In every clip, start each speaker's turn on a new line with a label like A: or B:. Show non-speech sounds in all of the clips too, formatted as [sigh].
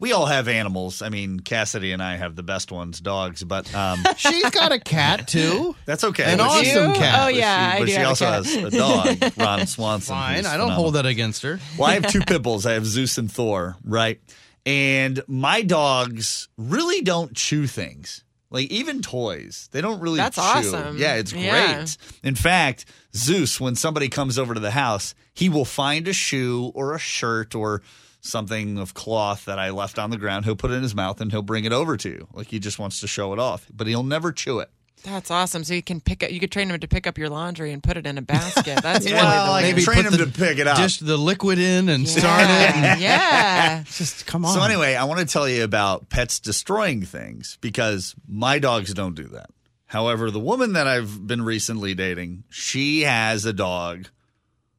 A: we all have animals. I mean, Cassidy and I have the best ones, dogs, but
B: [laughs]
A: um,
B: She's got a cat
C: [laughs]
B: too.
A: that's okay.
B: An
A: But
B: awesome
A: she-
B: cat.
C: Oh
A: but she-
C: yeah, I
A: but
C: do
A: she
C: have a
A: also
C: cat.
A: has a dog, Ron Swanson.
B: Fine,
A: who's
B: I don't
A: phenomenal.
B: hold that against her.
A: Well, I have two pit bulls. I have Zeus and Thor, right? And my dogs really don't chew things. Like even toys, they don't really
C: That's
A: chew.
C: awesome.
A: Yeah, it's great.
C: Yeah.
A: In fact, Zeus, when somebody comes over to the house, he will find a shoe or a shirt or something of cloth that I left on the ground. He'll put it in his mouth and he'll bring it over to you. Like he just wants to show it off, but he'll never chew it.
C: That's awesome. So you can pick up. You could train him to pick up your laundry and put it in a
B: [laughs]
C: basket. That's
A: Yeah,
C: really the
A: like
C: way.
A: maybe train
B: put
A: him to
B: the
A: pick it up.
B: Dish the liquid in and
A: [laughs]
B: start it.
C: yeah. yeah.
B: Just come on.
A: So anyway, I want to tell you about pets destroying things because my dogs don't do that. However, the woman that I've been recently dating, she has a dog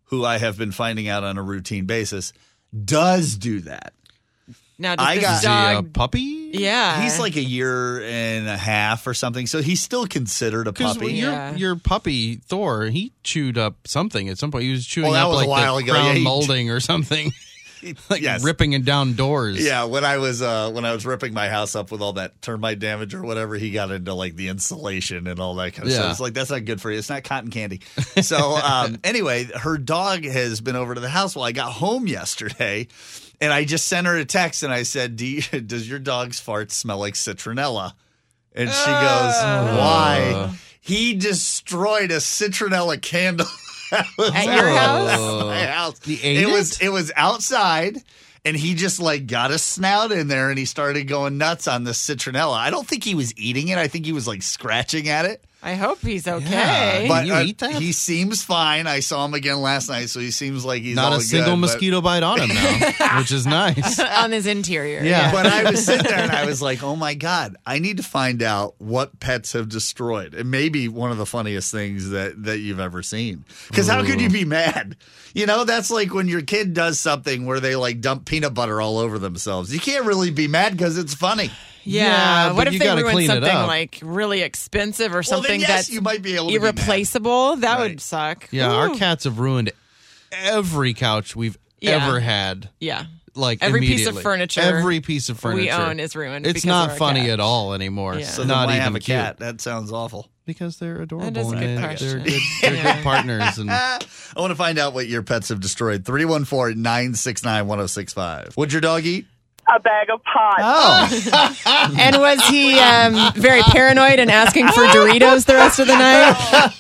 A: who I have been finding out on a routine basis does do that.
C: Now does
A: I
C: this
A: got-
B: Is he a
C: dog?
B: puppy?
C: yeah,
A: He's like a year and a half or something, so he's still considered a
B: Because
A: puppy.
B: your
C: Yeah.
B: your puppy Thor, he chewed up something at some point. He was chewing
A: Well, that
B: up
A: was a
B: like
A: while
B: the
A: ago.
B: crown
A: Yeah, he-
B: molding or something, [laughs] like
A: Yes.
B: ripping it down doors.
A: Yeah, when I was uh, when I was ripping my house up with all that termite damage or whatever, he got into like the insulation and all that kind of
B: Yeah.
A: stuff. It's like that's not good for you. It's not cotton candy. So um, anyway, her dog has been over to the house while I got home yesterday, and I just sent her a text and I said, Do you, [laughs] "Does your dog's fart smell like citronella?" And she goes, "Why?" He destroyed a citronella candle. [laughs] That was
C: At your house?
A: [laughs] my house.
B: He ate
A: it was
B: it?
A: it was outside and he just like got his snout in there and he started going nuts on the citronella. I don't think he was eating it. I think he was like scratching at it.
C: I hope he's
B: Yeah,
C: okay.
A: But
B: you
A: uh,
B: eat that?
A: he seems fine. I saw him again last night, so he seems like he's
B: not
A: all
B: a single
A: good, but-
B: mosquito bite on him
C: [laughs]
B: now, which is nice.
C: on his interior.
B: Yeah.
A: But I was sitting there and I was like, oh my God, I need to find out what pets have destroyed. It may be one of the funniest things that, that you've ever seen. Because how could you be mad? You know, that's like when your kid does something where they like dump peanut butter all over themselves. You can't really be mad because it's funny.
C: Yeah.
B: Yeah,
C: what
B: but
C: if
B: you
C: they
B: gotta
C: ruined
B: clean it
C: something
B: up.
C: like really expensive or
A: Well,
C: something
A: then, yes,
C: that's
A: you might be able to be mad.
C: irreplaceable? That
A: Right.
C: would suck.
B: Yeah, our
C: Ooh.
B: cats have ruined every couch we've
C: Yeah.
B: ever had.
C: Yeah.
B: Like
C: Every piece of
B: immediately.
C: furniture
B: every piece of furniture
C: we own is ruined
B: It's
C: because
B: not
C: of our
B: funny
C: cat.
B: at all anymore.
C: Yeah.
B: It's
A: So
B: not
A: then why
B: even
A: have a
B: cute.
A: cat? That sounds awful.
B: because they're adorable
C: is a good
B: and they,
C: question.
B: are
C: [laughs]
B: good, they're good
A: [laughs]
B: partners. And
A: I want to find out what your pets have destroyed. 314 969 1065. What'd your dog eat?
D: a bag of pot.
A: Oh,
B: [laughs]
C: And was he um, very paranoid and asking for Doritos the rest of the night?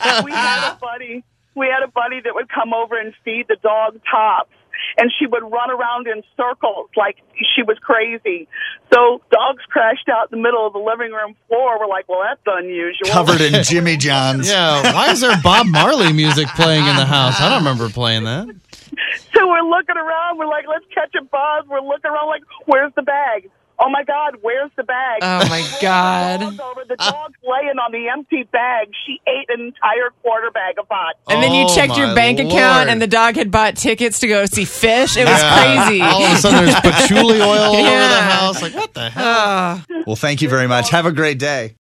D: Oh. we had a buddy. We had a buddy that would come over and feed the dog tops, and she would run around in circles like she was crazy. So dogs crashed out in the middle of the living room floor. We're like, well, that's unusual.
A: covered [laughs] in Jimmy John's.
B: yeah, why is there Bob Marley music playing in the house? I don't remember playing that.
D: So we're looking around. We're like, let's catch a buzz. We're looking around like, where's the bag? Oh my God, where's the bag?
C: Oh my
D: The
C: God.
D: dog's over. The dog's laying on the empty bag. She ate an entire quarter bag of pot.
C: And then you
B: Oh,
C: checked
B: my
C: your bank
B: Lord.
C: account and the dog had bought tickets to go see fish. It was
B: Yeah. [laughs]
C: crazy.
B: All of a sudden, there's patchouli oil all over the
C: [laughs] Yeah.
B: house. Like what the hell?
A: Well, thank you very much. Have a great day.